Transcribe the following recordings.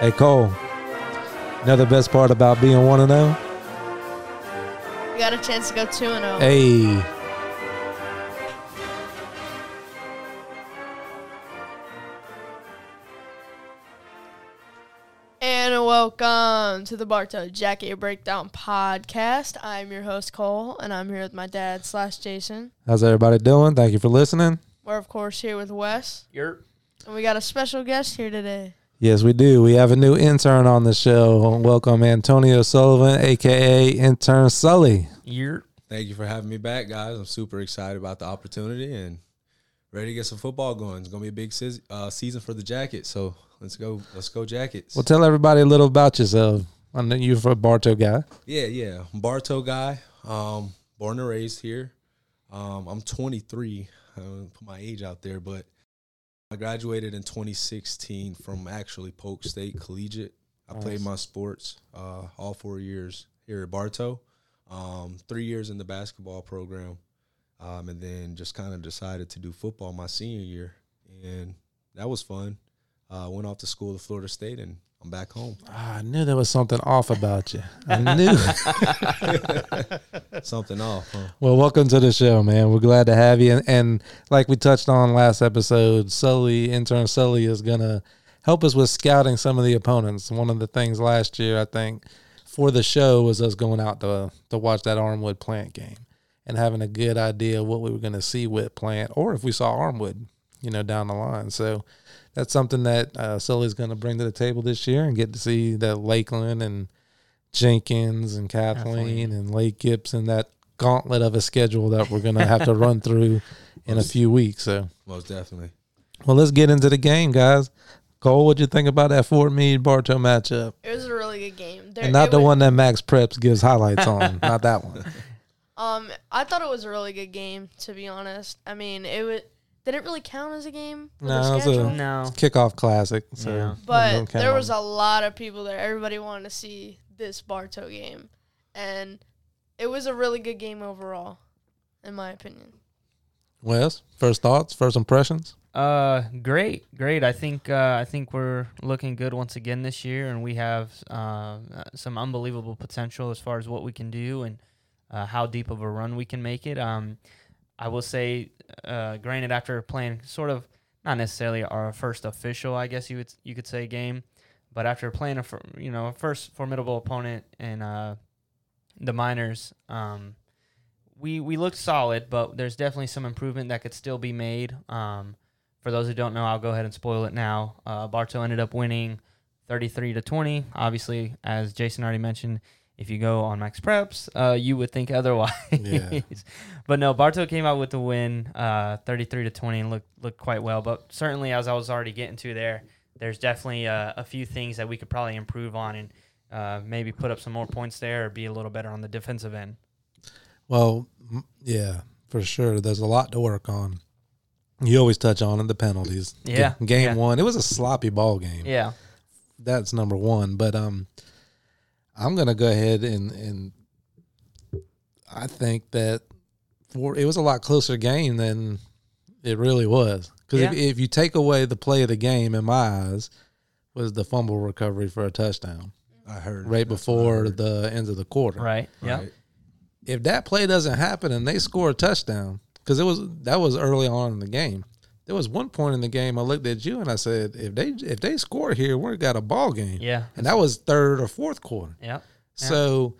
Hey Cole. Know the best part about being one and zero? We got a chance to go 2 and oh. 0. Hey. And welcome to the Bartow Jacket Breakdown Podcast. I'm your host, Cole, and I'm here with my dad, slash Jason. How's everybody doing? Thank you for listening. We're, of course, here with Wes. You're And we got a special guest here today. Yes, we do. We have a new intern on the show. Welcome Antonio Sullivan, aka Intern Sully. you're Thank you for having me back, guys. I'm super excited about the opportunity and ready to get some football going. It's gonna be a big seas- uh, season for the Jackets, so let's go, let's go Jackets. Well, tell everybody a little about yourself. I know you're a Bartow guy. yeah, yeah. I'm Bartow guy, um, born and raised here. Um, I'm 23. I don't put my age out there, but I graduated in 2016 from actually Polk State Collegiate. I played my sports uh, all four years here at Bartow. Um, three years in the basketball program, um, and then just kind of decided to do football my senior year, and that was fun. Uh, went off to school to Florida State, and I'm back home. Ah, I knew there was something off about you. I knew. Something off, huh? Well, welcome to the show, man. We're glad to have you. And, and like we touched on last episode, Sully, intern Sully, is going to help us with scouting some of the opponents. One of the things last year, I think, for the show was us going out to, to watch that Armwood plant game and having a good idea of what we were going to see with plant or if we saw Armwood, you know, down the line. So that's something that uh, Sully's going to bring to the table this year and get to see that Lakeland and Jenkins and Kathleen and Lake Gibson, that gauntlet of a schedule that we're going to have to run through in a few weeks. So, Most definitely. well, let's get into the game, guys. Cole, what'd you think about that Fort Meade Bartow matchup? It was a really good game. There- And not it the was- one that Max Preps gives highlights on. Not that one. Um, I thought it was a really good game, to be honest. I mean, it was. Did it really count as a game? with the No, it was a- schedule? no. Kickoff classic. So Yeah. But there was a lot of people there. Everybody wanted to see this Bartow game, and it was a really good game overall, in my opinion. Wes, first thoughts, first impressions. Uh, great, great. I think uh, I think we're looking good once again this year, and we have uh, some unbelievable potential as far as what we can do and uh, how deep of a run we can make it. Um, I will say, uh, granted, after playing sort of not necessarily our first official, I guess you would you could say game, but after playing a fir- you know a first formidable opponent in uh, the minors, um, we we looked solid, but there's definitely some improvement that could still be made. Um, for those who don't know, I'll go ahead and spoil it now. Uh, Bartow ended up winning 33 to 20. Obviously, as Jason already mentioned, if you go on Max Preps, uh, you would think otherwise. Yeah. but no, Bartow came out with the win, uh, 33 to 20, and looked looked quite well. But certainly, as I was already getting to there, there's definitely uh, a few things that we could probably improve on and uh, maybe put up some more points there or be a little better on the defensive end. Well, m- yeah, for sure. There's a lot to work on. You always touch on in the penalties. G- Yeah, game yeah. one. It was a sloppy ball game. Yeah. that's number one. But um, I'm gonna go ahead and and I think that for it was a lot closer game than it really was because if, Yeah. if you take away the play of the game in my eyes was the fumble recovery for a touchdown I heard right That's what I before heard. the end of the quarter. Right. Yeah. Right. If that play doesn't happen and they score a touchdown because it was that was early on in the game. There was one point in the game I looked at you and I said, if they if they score here, we're got a ball game Yeah. and that was third or fourth quarter. Yeah. So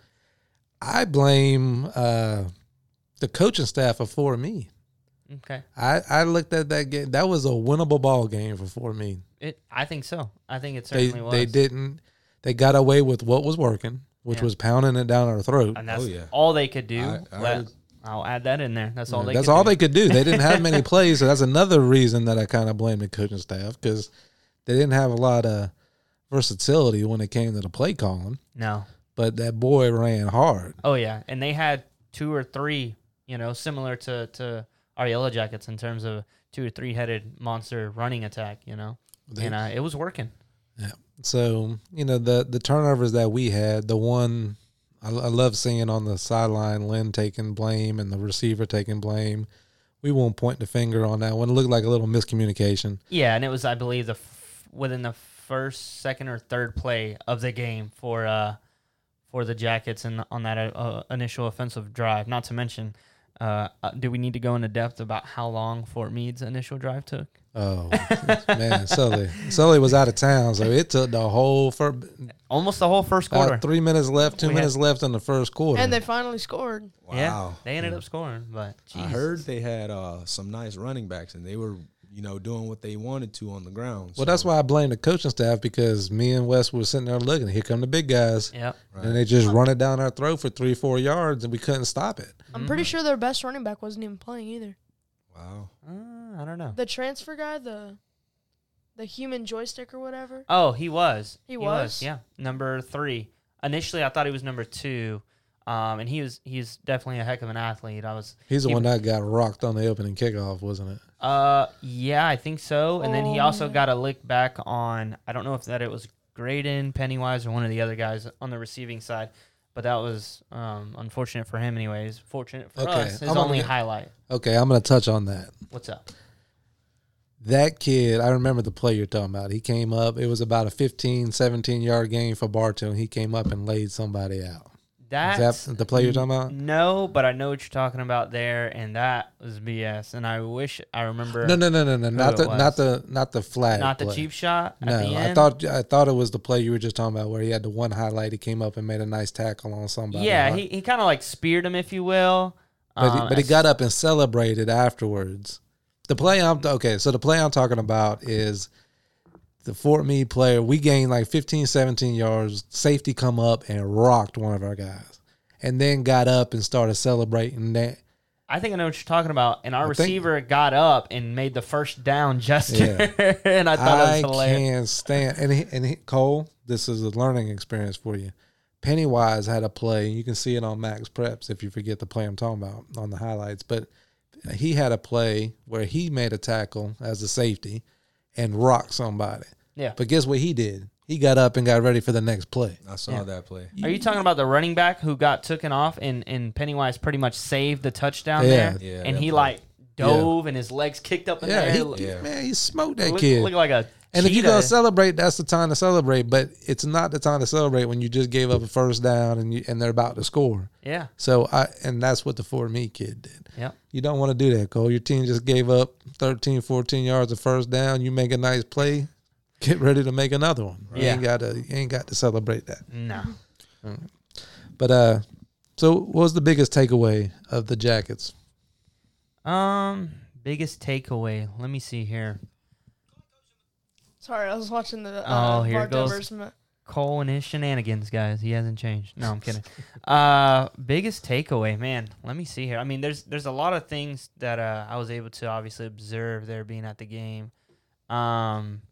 I blame uh, the coaching staff of Fort Meade. Okay. I, I looked at that game. That was a winnable ball game for Fort Meade. It. I think so. I think it They certainly was. they didn't. They got away with what was working, which Yeah. was pounding it down our throat. and that's Oh, yeah. all they could do. I- I Let- would- I'll add that in there. That's all they. that's could all do. they could do. They didn't have many plays, so that's another reason that I kind of blame the coaching staff because they didn't have a lot of versatility when it came to the play calling. No. But that boy ran hard. Oh yeah, and they had two or three, you know, similar to to our Yellow Jackets in terms of two or three headed monster running attack. You know, They- and uh, it was working. So you know the the turnovers that we had, the one I, I love seeing on the sideline, Lynn taking blame and the receiver taking blame. We won't point the finger on that one. It looked like a little miscommunication. Yeah, and it was, I believe, the f- within the f- first, second, or third play of the game for uh, for the Jackets and on that uh, initial offensive drive. Not to mention, uh, uh, do we need to go into depth about how long Fort Meade's initial drive took? Oh man, Sully. Sully was out of town, so it took the whole for Almost the whole first quarter. about three minutes left, two We had- minutes left in the first quarter. And they finally scored. Yeah, Wow. they ended up scoring, but I Jesus. heard they had uh, some nice running backs, and they were, you know, doing what they wanted to on the ground. well, that's so- why I blame the coaching staff because me and Wes were sitting there looking. Here come the big guys, Yep. and they just run it down our throat for three, four yards, and we couldn't stop it. I'm Mm-hmm. pretty sure their best running back wasn't even playing either. Wow. Uh, I don't know. The transfer guy, the the human joystick or whatever. Oh, he was. He was? Yeah, number three. Initially, I thought he was number two, um, and he was. He's definitely a heck of an athlete. I was. He's the He- one that got rocked on the opening kickoff, wasn't it? Uh, yeah, I think so. And then he Oh, also man. got a lick back on. I don't know if that it was Graydon, Pennywise, or one of the other guys on the receiving side. But that was um, unfortunate for him, anyways. Fortunate for Okay, us. His I'm only gonna- highlight. Okay, I'm going to touch on that. What's up? That kid, I remember the play you're talking about. He came up. It was about a 15, 17 yard game for Barton. and He came up and laid somebody out. That's Is that the play you're talking about? no, but I know what you're talking about there, and that was BS. And I wish I remember. No, no, no, no, no. Not it the was. not the not the flag. not the play. cheap shot. At No, the end. I thought I thought it was the play you were just talking about where he had the one highlight. He came up and made a nice tackle on somebody. Yeah, huh? he, he kind of like speared him, if you will. but, Um, he, but he got up and celebrated afterwards. The play I'm okay. So the play I'm talking about is the Fort Meade player. We gained like 15, 17 yards. Safety come up and rocked one of our guys, and then got up and started celebrating that. I think I know what you're talking about. And our I think- receiver got up and made the first down gesture, and I thought I it was hilarious. can't stand. And he, and he, Cole, this is a learning experience for you. Pennywise had a play. You can see it on Max Preps if you forget the play I'm talking about on the highlights. But he had a play where he made a tackle as a safety and rocked somebody. Yeah. Oh, But guess what he did? He got up and got ready for the next play. I saw Yeah. that play. Are you talking about the running back who got taken off and, and Pennywise pretty much saved the touchdown Yeah. there? Yeah, and that he play. like dove and his legs kicked up in Yeah, the air. he, Look- Yeah. man, he smoked that look, kid. look like a and if you're cheetah. gonna celebrate, that's the time to celebrate. But it's not the time to celebrate when you just gave up a first down and you, and they're about to score. yeah, So I and that's what the Fort Meade kid did. Yep. You don't want to do that, Cole. Your team just gave up 13, 14 yards of first down. You make a nice play, get ready to make another one. You Yeah. ain't gotta you ain't got to celebrate that. no. But uh so what was the biggest takeaway of the Jackets? Um, biggest takeaway. Let me see here. Sorry, I was watching the uh, Oh, here it goes. Bartovers ma- Cole and his shenanigans, guys. He hasn't changed. No, I'm kidding. uh, biggest takeaway, man. Let me see here. I mean, there's there's a lot of things that uh, I was able to obviously observe there being at the game. Um,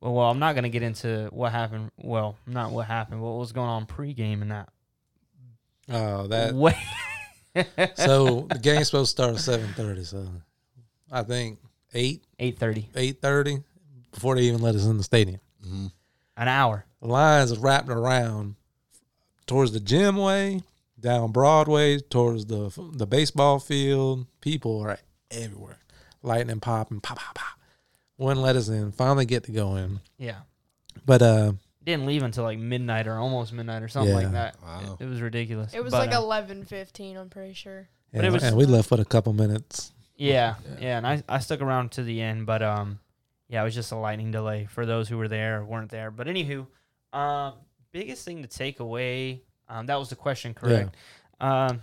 well, well, I'm not gonna get into what happened. Well, not what happened. What was going on pregame and that. Oh, that Wait. so the game's supposed to start at seven thirty, so I think eight, Eight thirty, eight thirty before they even let us in the stadium. Mhm. an hour. lines wrapped around towards the gym way, down Broadway, towards the the baseball field. People are everywhere, lightning popping, pop pop pop. Wouldn't let us in. Finally, get to go in, Yeah, but uh, didn't leave until like midnight or almost midnight or something like Yeah. that. Wow. It, it was ridiculous. It was But, like uh, eleven fifteen. I'm pretty sure. But it and, was- and we left for a couple minutes. Yeah, Yeah. yeah, and I, I stuck around to the end, but um, yeah, it was just a lightning delay for those who were there or weren't there. But anywho, um, biggest thing to take away, um, that was the question, correct? Um,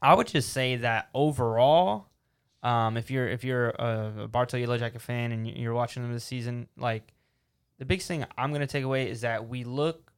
I would just say that overall, um, if you're if you're a, a Bartow Yellow Jacket fan and you're watching them this season, like the biggest thing I'm gonna take away is that we look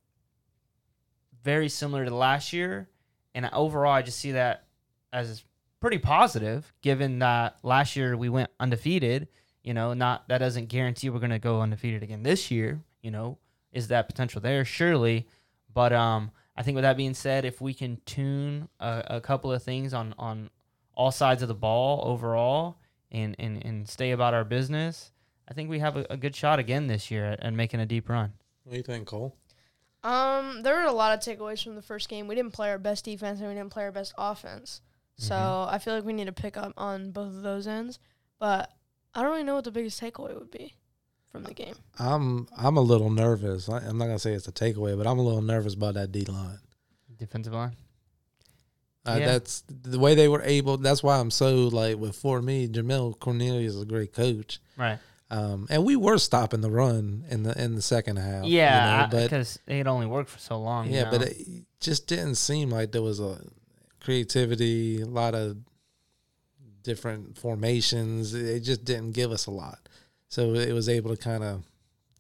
very similar to last year, and overall, I just see that as pretty positive, given that last year we went undefeated. You know, not that doesn't guarantee we're gonna go undefeated again this year. You know, is that potential there? Surely, but um, I think with that being said, if we can tune a, a couple of things on on all sides of the ball overall, and and and stay about our business, I think we have a, a good shot again this year at, at making a deep run. What do you think, Cole? Um, there were a lot of takeaways from the first game. We didn't play our best defense and we didn't play our best offense. So Mm-hmm. I feel like we need to pick up on both of those ends. But I don't really know what the biggest takeaway would be. from the game. I'm I'm a little nervous. I, I'm not gonna say it's a takeaway, but I'm a little nervous about that D line. Defensive line. Uh, Yeah. That's the way they were able. That's why I'm so like with for me, Jamil Cornelius is a great coach. Right. Um, and we were stopping the run in the in the second half. you yeah, know, but because it only worked for so long. you yeah, but know. it just didn't seem like there was a creativity, a lot of different formations. It just didn't give us a lot. So it was able to kind of,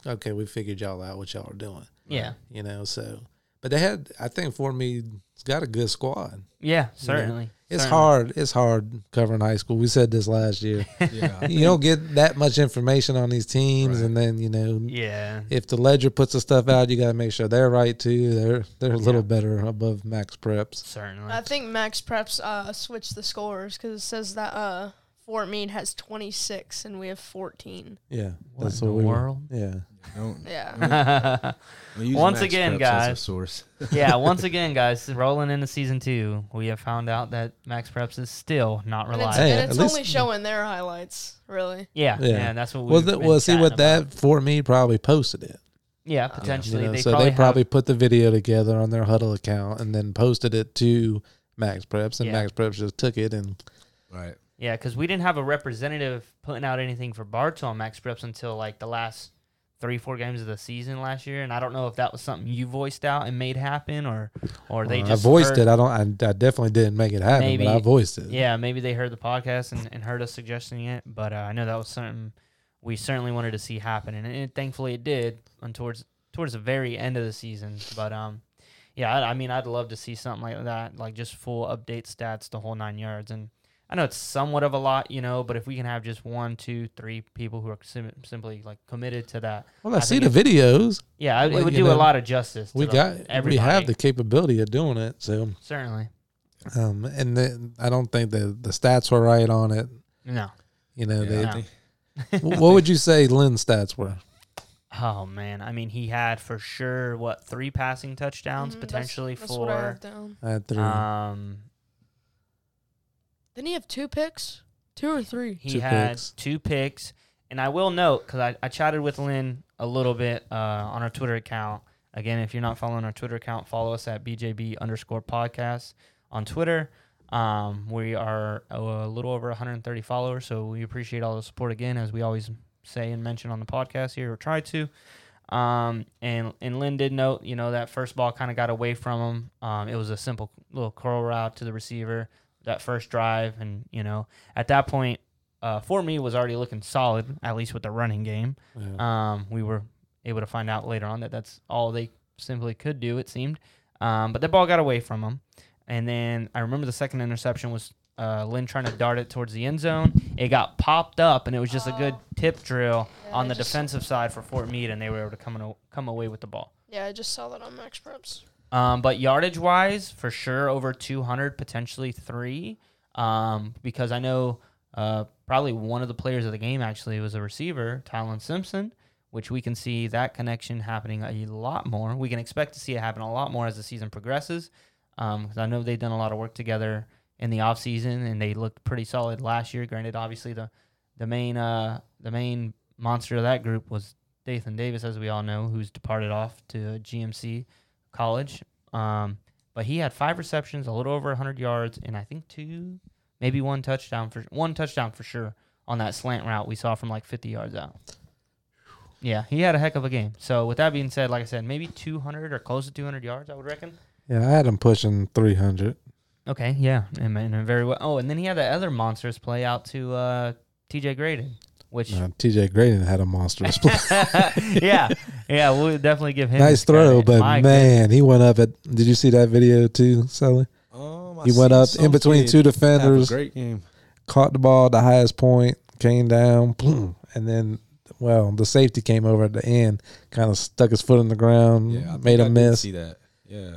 okay, we figured y'all out what y'all are doing, yeah, you know. So, but they had, I think, for me, it's got a good squad. yeah, certainly. It's certainly. hard. It's hard covering high school. We said this last year. Yeah, I you don't get that much information on these teams, Right. and then you know Yeah, if the ledger puts the stuff out, you got to make sure they're right too. They're they're a little Yeah. better above max preps. certainly. I think Max Preps uh, switched the scores because it says that uh, Fort Meade has 26 and we have 14. Yeah, What in the we were- world? Yeah, don't- Yeah. yeah, I use Once Max again, Preps as a guys. source. once again, guys, rolling into season two, we have found out that Max Preps is still not And it's, reliable. Hey, and at it's least- only showing their highlights, really. yeah, Yeah. yeah, that's what we. well, that, well, see what that for me probably posted it. Yeah, Yeah. You potentially. know, they so probably they probably put the video together on their huddle account and then posted it to max preps, and Yeah. max preps just took it and Right. Have, yeah, because we didn't have a representative putting out anything for Bartow on Max Preps until like the last three, four games of the season last year, and I don't know if that was something you voiced out and made happen, or or they uh, just I voiced heard- it. I don't. I, I definitely didn't make it happen, Maybe- but I voiced it. Yeah, maybe they heard the podcast and, and heard us suggesting it, but uh, I know that was something we certainly wanted to see happen, and, and thankfully it did. And towards towards the very end of the season, but um, yeah, I, I mean, I'd love to see something like that, like just full update stats, the whole nine yards. And I know it's somewhat of a lot, you know, but if we can have just one, two, three people who are sim- simply like committed to that, Well, I, I see the think videos. yeah, I- Well, it would you do know, a lot of justice. To We the- got. We have everybody. the capability of doing it. So, certainly um, and the, I don't think the the stats were right on it. no. You know, Yeah, they, I think- Wh- what would you say Lynn's stats were? Oh man, I mean, he had for sure what three passing touchdowns Mhm, that's- potentially that's what I for. wrote down. I had three. Uh, Um, Didn't he have two picks? Two or three? he Two had picks. two picks, and I will note because I, I chatted with Lynn a little bit uh, on our Twitter account. Again, if you're not following our Twitter account, follow us at BJB underscore podcast on Twitter. Um, we are a little over 130 followers, so we appreciate all the support again, as we always say and mention on the podcast here or try to. Um, and and Lynn did note, you know, that first ball kind of got away from him. Um, it was a simple little curl route to the receiver that first drive, and you know, at that point, uh, for me was already looking solid, at least with the running game. Yeah. Um, we were able to find out later on that that's all they simply could do, it seemed. Um, but the ball got away from him. And then I remember the second interception was uh, Lynn trying to dart it towards the end zone. It got popped up, and it was just a good Oh. tip drill Yeah, on I the just- defensive side for Fort Meade, and they were able to come, in, come away with the ball. Yeah, I just saw that on Max Preps. Um, but yardage wise, for sure, over 200, potentially three. Um, because I know uh, probably one of the players of the game actually was a receiver, Tylen Simpson, which we can see that connection happening a lot more. We can expect to see it happen a lot more as the season progresses. Because I know they've done a lot of work together in the offseason and they looked pretty solid last year. Granted, obviously, the, the, main, uh, the main monster of that group was Dathan Davis, as we all know, who's departed off to GMC college. Um, but he had five receptions, a little over 100 yards, and I think two, maybe one touchdown for one touchdown for sure on that slant route we saw from like 50 yards out. Yeah, he had a heck of a game. So with that being said, like I said, maybe 200 or close to 200 yards, I would reckon. yeah, I had him pushing 300. Okay, yeah, and, and very well. Oh, and then he had that other monstrous play out to uh, T.J. Graydon, which Uh, TJ Graydon had a monstrous play. yeah, yeah, we'll definitely give him nice his throw, credit. but My man, he went up at. Did you see that video too, Sully? Um, I He went up seen in some between kid two have a defenders, Great game. caught the ball at the highest point, came down, boom, and then. Well, the safety came over at the end, kind of stuck his foot in the ground, Yeah, I Mm-hmm. made think a I did miss. See that? Yeah.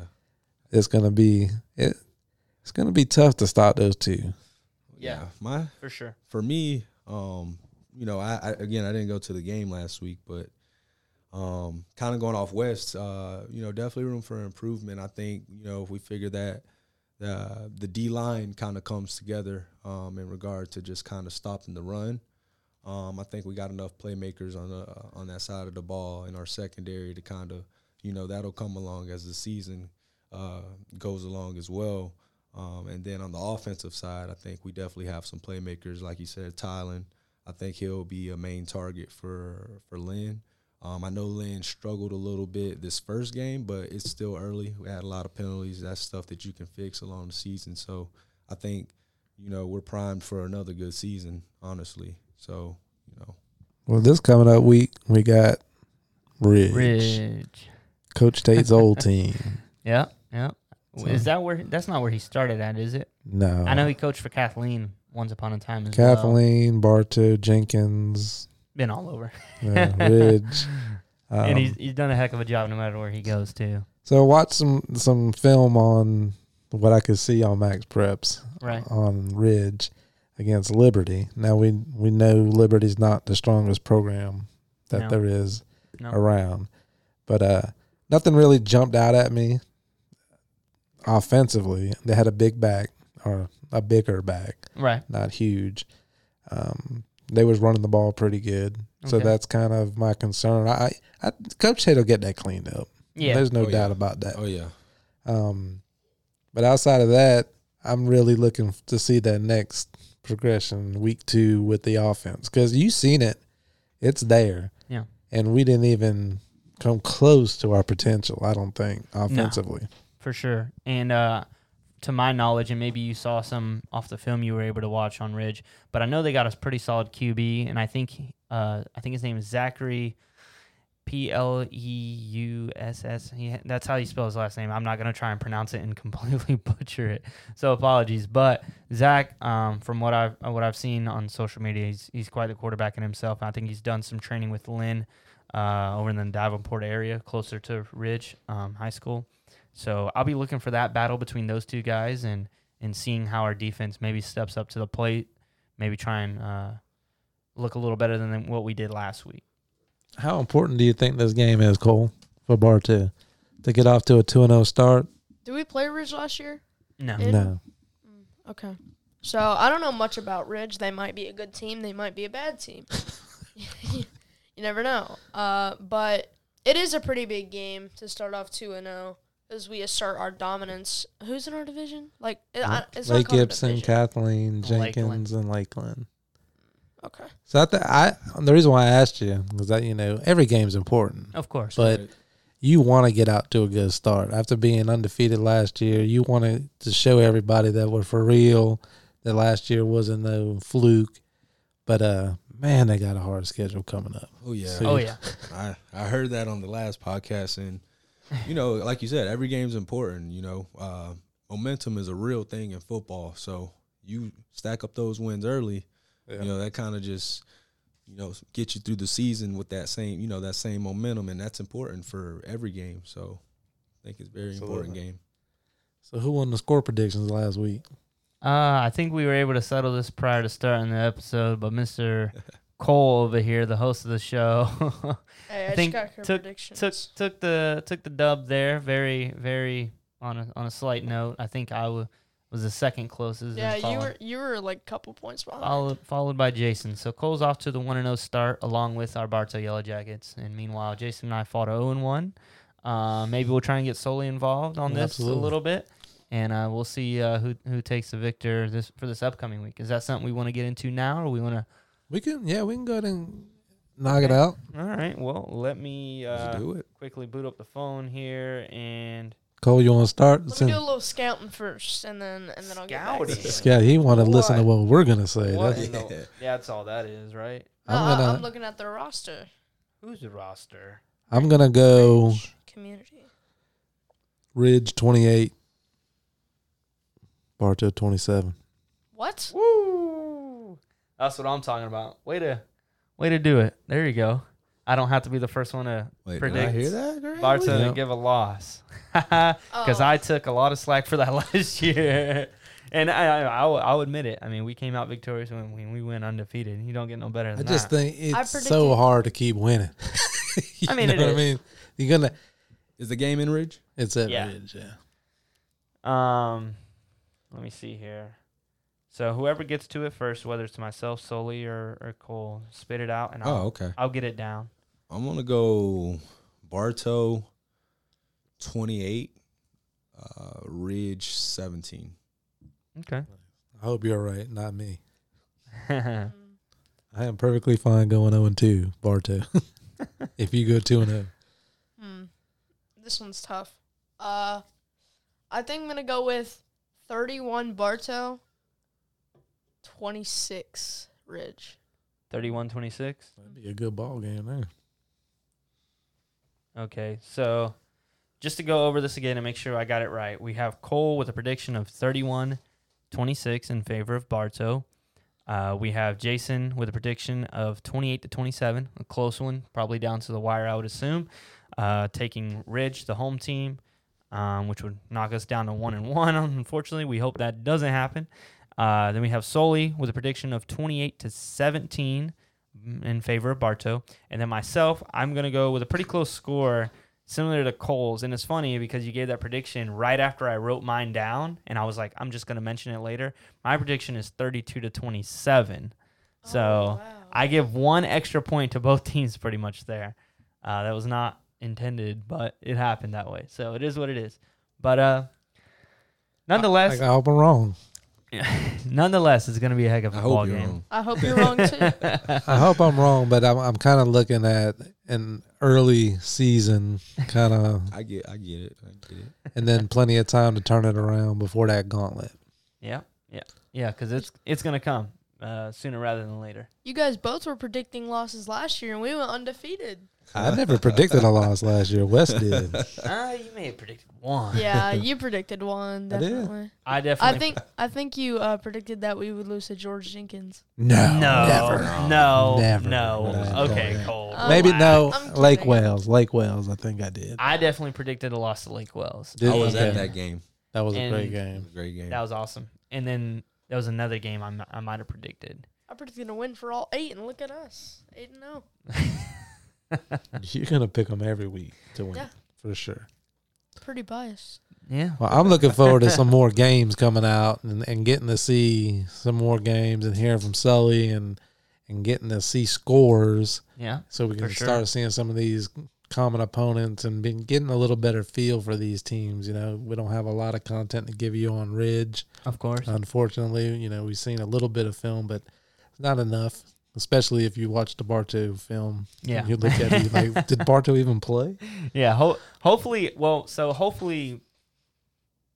It's gonna be it, It's gonna be tough to stop those two. Yeah. My for sure. for me, um, you know, I, I again I didn't go to the game last week, but um, kind of going off west, uh, you know, definitely room for improvement. I think you know if we figure that uh, the D line kind of comes together um, in regard to just kind of stopping the run. Um, I think we got enough playmakers on the uh, on that side of the ball in our secondary to kind of, you know, that'll come along as the season uh, goes along as well. Um, and then on the offensive side, I think we definitely have some playmakers, like you said, Tylen. I think he'll be a main target for for Lynn. Um, I know Lynn struggled a little bit this first game, but it's still early. We had a lot of penalties. That's stuff that you can fix along the season. So I think, you know, we're primed for another good season, honestly. So, you know, Well, this coming up week, we got Ridge, Ridge. Coach Tate's old team. Yeah, yeah. So- W- Is that where? That's not where he started at, is it? No. I know he coached for Kathleen once upon a time as well. Kathleen, Bartow, Jenkins, been all over, uh, Ridge. Um, and he's he's done a heck of a job no matter where he goes to. so watch some some film on what I could see on Max Preps Right. on Ridge against Liberty. Now we we know Liberty's not the strongest program that No. there is No. around, but uh, nothing really jumped out at me offensively. They had a big back or a bigger back, Right. not huge. Um, they was running the ball pretty good, so Okay. that's kind of my concern. I, I Coach Tate will get that cleaned up. Yeah. There's no Oh, yeah. doubt about that. oh yeah, Um, but outside of that, I'm really looking f- to see that next progression week two with the offense because you seen it, it's there. Yeah. and we didn't even come close to our potential. I don't think offensively. for sure. And uh, to my knowledge, and maybe you saw some off the film you were able to watch on Ridge, but I know they got a pretty solid QB, and I think uh, I think his name is Zachary P L E U S S. He- That's how you spell his last name. I'm not gonna try and pronounce it and completely butcher it, so apologies. But Zach, um, from what I've uh, what I've seen on social media, he's he's quite the quarterback in himself. And I think he's done some training with Lynn. Uh, over in the Davenport area, closer to Ridge um, High School. So I'll be looking for that battle between those two guys and and seeing how our defense maybe steps up to the plate, maybe try and uh, look a little better than what we did last week. How important do you think this game is, Cole, for Bar Two, to get off to a two and zero start? Did we play Ridge last year? No, Yeah. No, Okay. So I don't know much about Ridge. They might be a good team. They might be a bad team. you never know. Uh, but it is a pretty big game to start off two and zero as we assert our dominance. Who's in our division? Like it, I, it's not Lake called a Gibson, division. Kathleen, Lakeland. Jenkins, and Lakeland. okay. So I, th- I the reason why I asked you is that you know every game's important. Oh. of course. But Right. you want to get out to a good start after being undefeated last year. You wanted to show everybody that we're for real. That last year wasn't no fluke. But uh, man, they got a hard schedule coming up. oh yeah. So- oh yeah, I, I heard that on the last podcast, and you know, like you said, every game's important. You know, uh, momentum is a real thing in football. So you stack up those wins early. You know, that kind of just you know get you through the season with that same you know that same momentum, and that's important for every game. So I think it's a very important Absolutely. game. So who won the score predictions last week? uh, I think we were able to settle this prior to starting the episode, but Mister Cole over here, the host of the show, Hey, I, think just got her took- predictions. took took the took the dub there. Very very on a on a slight note. I think I wa- was the second closest. yeah, and you followed- were you were like a couple points behind. followed, followed by Jason. So Cole's off to the 1 0 start along with our Bartow Yellow Jackets. And meanwhile, Jason and I fought 0 1. Uh, maybe we'll try and get Soli involved on this Absolutely. a little bit. And uh, we'll see uh, who who takes the victor this for this upcoming week. Is that something we want to get into now, or we want to? We can, yeah, we can go ahead and knock it out. All right. Well, let me Let's uh, do it. quickly boot up the phone here and Cole, you want to start? Let me Since- do a little scouting first, and then and then I'll get back to Scouting? you. yeah, he want to listen to What? what we're gonna say. What That's, in the- yeah, that's all that is, right? No, I'm I- gonna, Uh, I'm looking at the roster. Who's the roster? I'm gonna go Ridge community. Ridge twenty eight, Bartow twenty seven. What? Woo! That's what I'm talking about. Way to, way to do it. There you go. I don't have to be the first one to Wait, predict did I hear that? Greg? Barton Yeah. to give a loss because Oh. I took a lot of slack for that last year, and I, I, I'll, I'll admit it. I mean, we came out victorious when, when we went undefeated. You don't get no better than I just that. think it's so predicted- hard to keep winning. You I mean, know it what I is. mean, you're gonna. Is the game in Ridge? It's at Yeah. Ridge, yeah. um, let me see here. So whoever gets to it first, whether it's myself, Sully, or, or Cole, spit it out, and I'll, Oh, okay. I'll get it down. I'm gonna go Bartow 28, uh, Ridge 17. Okay. I hope you're right, not me. All Mm. I am perfectly fine going 0 and 2, bar 2. if you go 2 and oh. 0. Hmm. This one's tough. Uh, I think I'm gonna go with 31 Bartow, 26 Ridge. 31 26. That'd be a good ball game there. Okay, so just to go over this again and make sure I got it right, we have Cole with a prediction of 31 26 in favor of Bartow. Uh, we have Jason with a prediction of 28 to 27, a close one, probably down to the wire, I would assume. Uh, taking Ridge, the home team, um, which would knock us down to one and one. Unfortunately, we hope that doesn't happen. Uh, then we have Soli with a prediction of 28 to 17 in favor of Bartow. And then myself, I'm going to go with a pretty close score similar to Cole's. And it's funny because you gave that prediction right after I wrote mine down. And I was like, I'm just going to mention it later. My prediction is 32 to 27. Oh, So I give one extra point to both teams pretty much there. Uh, that was not intended, but it happened that way. So it is what it is. But uh, nonetheless, Like, I hope I'm wrong. nonetheless, it's going to be a heck of I a hope ball you're game. wrong. I hope you're wrong too. I hope I'm wrong, but I'm, I'm kind of looking at an early season kind of, I get, I get it. I get it. and then plenty of time to turn it around before that gauntlet. Yeah, yeah, yeah, because it's it's going to come uh, sooner rather than later. You guys both were predicting losses last year, and we went undefeated. I never predicted a loss last year. West did. Uh, you may have predicted one. Yeah, you predicted one I did. definitely. I I, definitely. think I think you uh, predicted that we would lose to George Jenkins. No, no, never. no, Never. no. Never. Okay, Never. Cole. Um, Maybe relax. no. I'm kidding. Lake Wales, Lake Wales. I think I did. I definitely predicted a loss to Lake Wells. Did I was Okay. at that game. That was a great And- It game. was a great game. That was awesome. And then there was another game I'm, I might have predicted. I predicted a win for all eight, and look at us, eight and oh. zero. You're gonna pick them every week to win Yeah. for sure. Pretty biased. Yeah. Well, I'm looking forward to some more games coming out and, and getting to see some more games and hearing from Sully and and getting to see scores Yeah. so we can For sure. start seeing some of these common opponents and been getting a little better feel for these teams. You know, we don't have a lot of content to give you on Ridge. Of course. uh, Unfortunately, you know, we've seen a little bit of film, but not enough. Especially if you watch the Bartow film, Yeah. you look at it you're like, did Bartow even play? yeah. Ho- hopefully, well, so hopefully,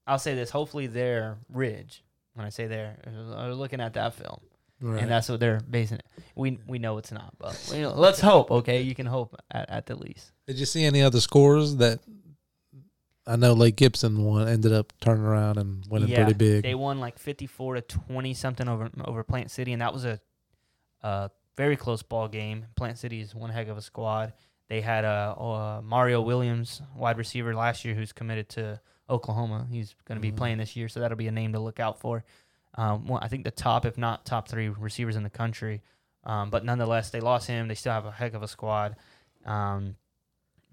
I'll say this. Hopefully, their ridge. When I say there, are looking at that film, Right. and that's what they're basing it. We we know it's not, but you know, let's hope. Okay, you can hope at, at the least. Did you see any other scores that I know Lake Gibson won ended up turning around and winning Yeah, pretty big. They won like fifty-four to twenty something over over Plant City, and that was a uh, very close ball game. Plant City is one heck of a squad. They had uh, uh, Mario Williams, wide receiver last year, who's committed to Oklahoma. He's going to be Mhm. playing this year, so that'll be a name to look out for. Um, one- I think the top, if not top three receivers in the country. Um, but nonetheless, they lost him. They still have a heck of a squad. Um,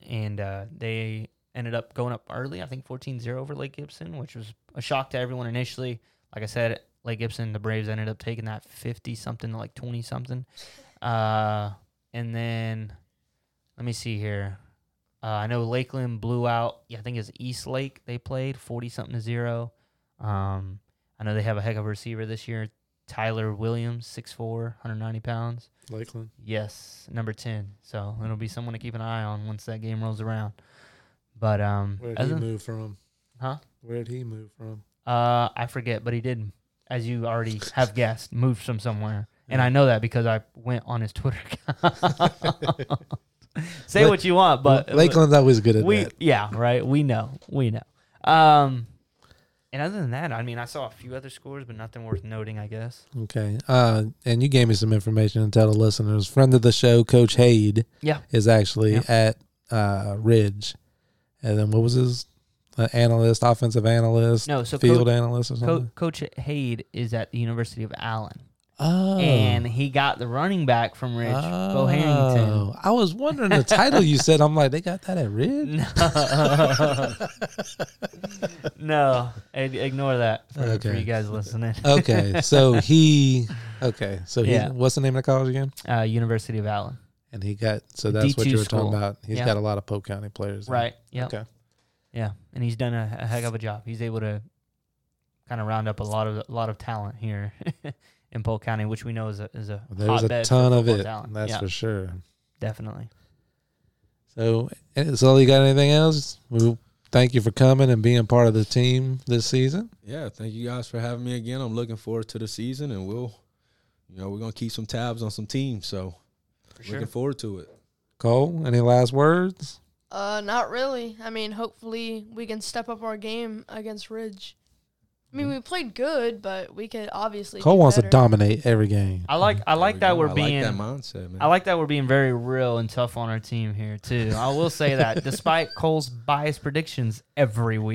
and uh, they ended up going up early, I think 14 0 over Lake Gibson, which was a shock to everyone initially. Like I said, Lake Gibson, the Braves ended up taking that 50 something to like 20 something. Uh, and then let me see here. Uh, I know Lakeland blew out, yeah, I think it's East Lake they played 40 something to zero. Um, I know they have a heck of a receiver this year, Tyler Williams, 6'4, 190 pounds. Lakeland. Yes, number 10. So it'll be someone to keep an eye on once that game rolls around. But, um, Where did other he than- move from? Huh? Where did he move from? uh, I forget, but he did, as you already have guessed, moved from somewhere. And I know that because I went on his Twitter account. Say La- what you want, but Lakeland's always good at we that. yeah right we know we know um and other than that i mean i saw a few other scores but nothing worth noting i guess Okay. Uh, and you gave me some information to tell the listeners. Friend of the show, Coach Haid. Yeah. Is actually Yeah. at uh, Ridge, and then what was his uh, analyst, offensive analyst, no so field Co- analyst or something? Co- coach Haid is at the university of allen Oh. and he got the running back from Rich, Bo Harrington. Oh. I was wondering the title you said. I'm like, they got that at Ridge? No, no, ig- ignore that for, for Okay. you guys listening. Okay. So he, okay. So he, Yeah. what's the name of the college again? Uh, University of Allen, And he got, so that's what D2 you were school. talking about. He's Yeah. got a lot of Polk County players. in it. right? Yeah, Okay. yeah, and he's done a, a heck of a job. He's able to kind of round up a lot of a lot of talent here in Polk County, which we know is a is a There's a hotbed for ton of football it. talent. That's yeah, for sure. definitely. So, eh, Sully, you got anything else? We thank you for coming and being part of the team this season. Yeah, thank you guys for having me again. I'm looking forward to the season, and we'll, you know, we're gonna keep some tabs on some teams. So looking forward to it. Cole, any last words? Uh, not really. I mean, hopefully we can step up our game against Ridge. I mean, we played good, but we could obviously. Mm-hmm. Cole do wants to better. dominate every game. I like I There like we that go. we're I being like that mindset, man. I like that we're being very real and tough on our team here too. I will say that despite Cole's biased predictions every week.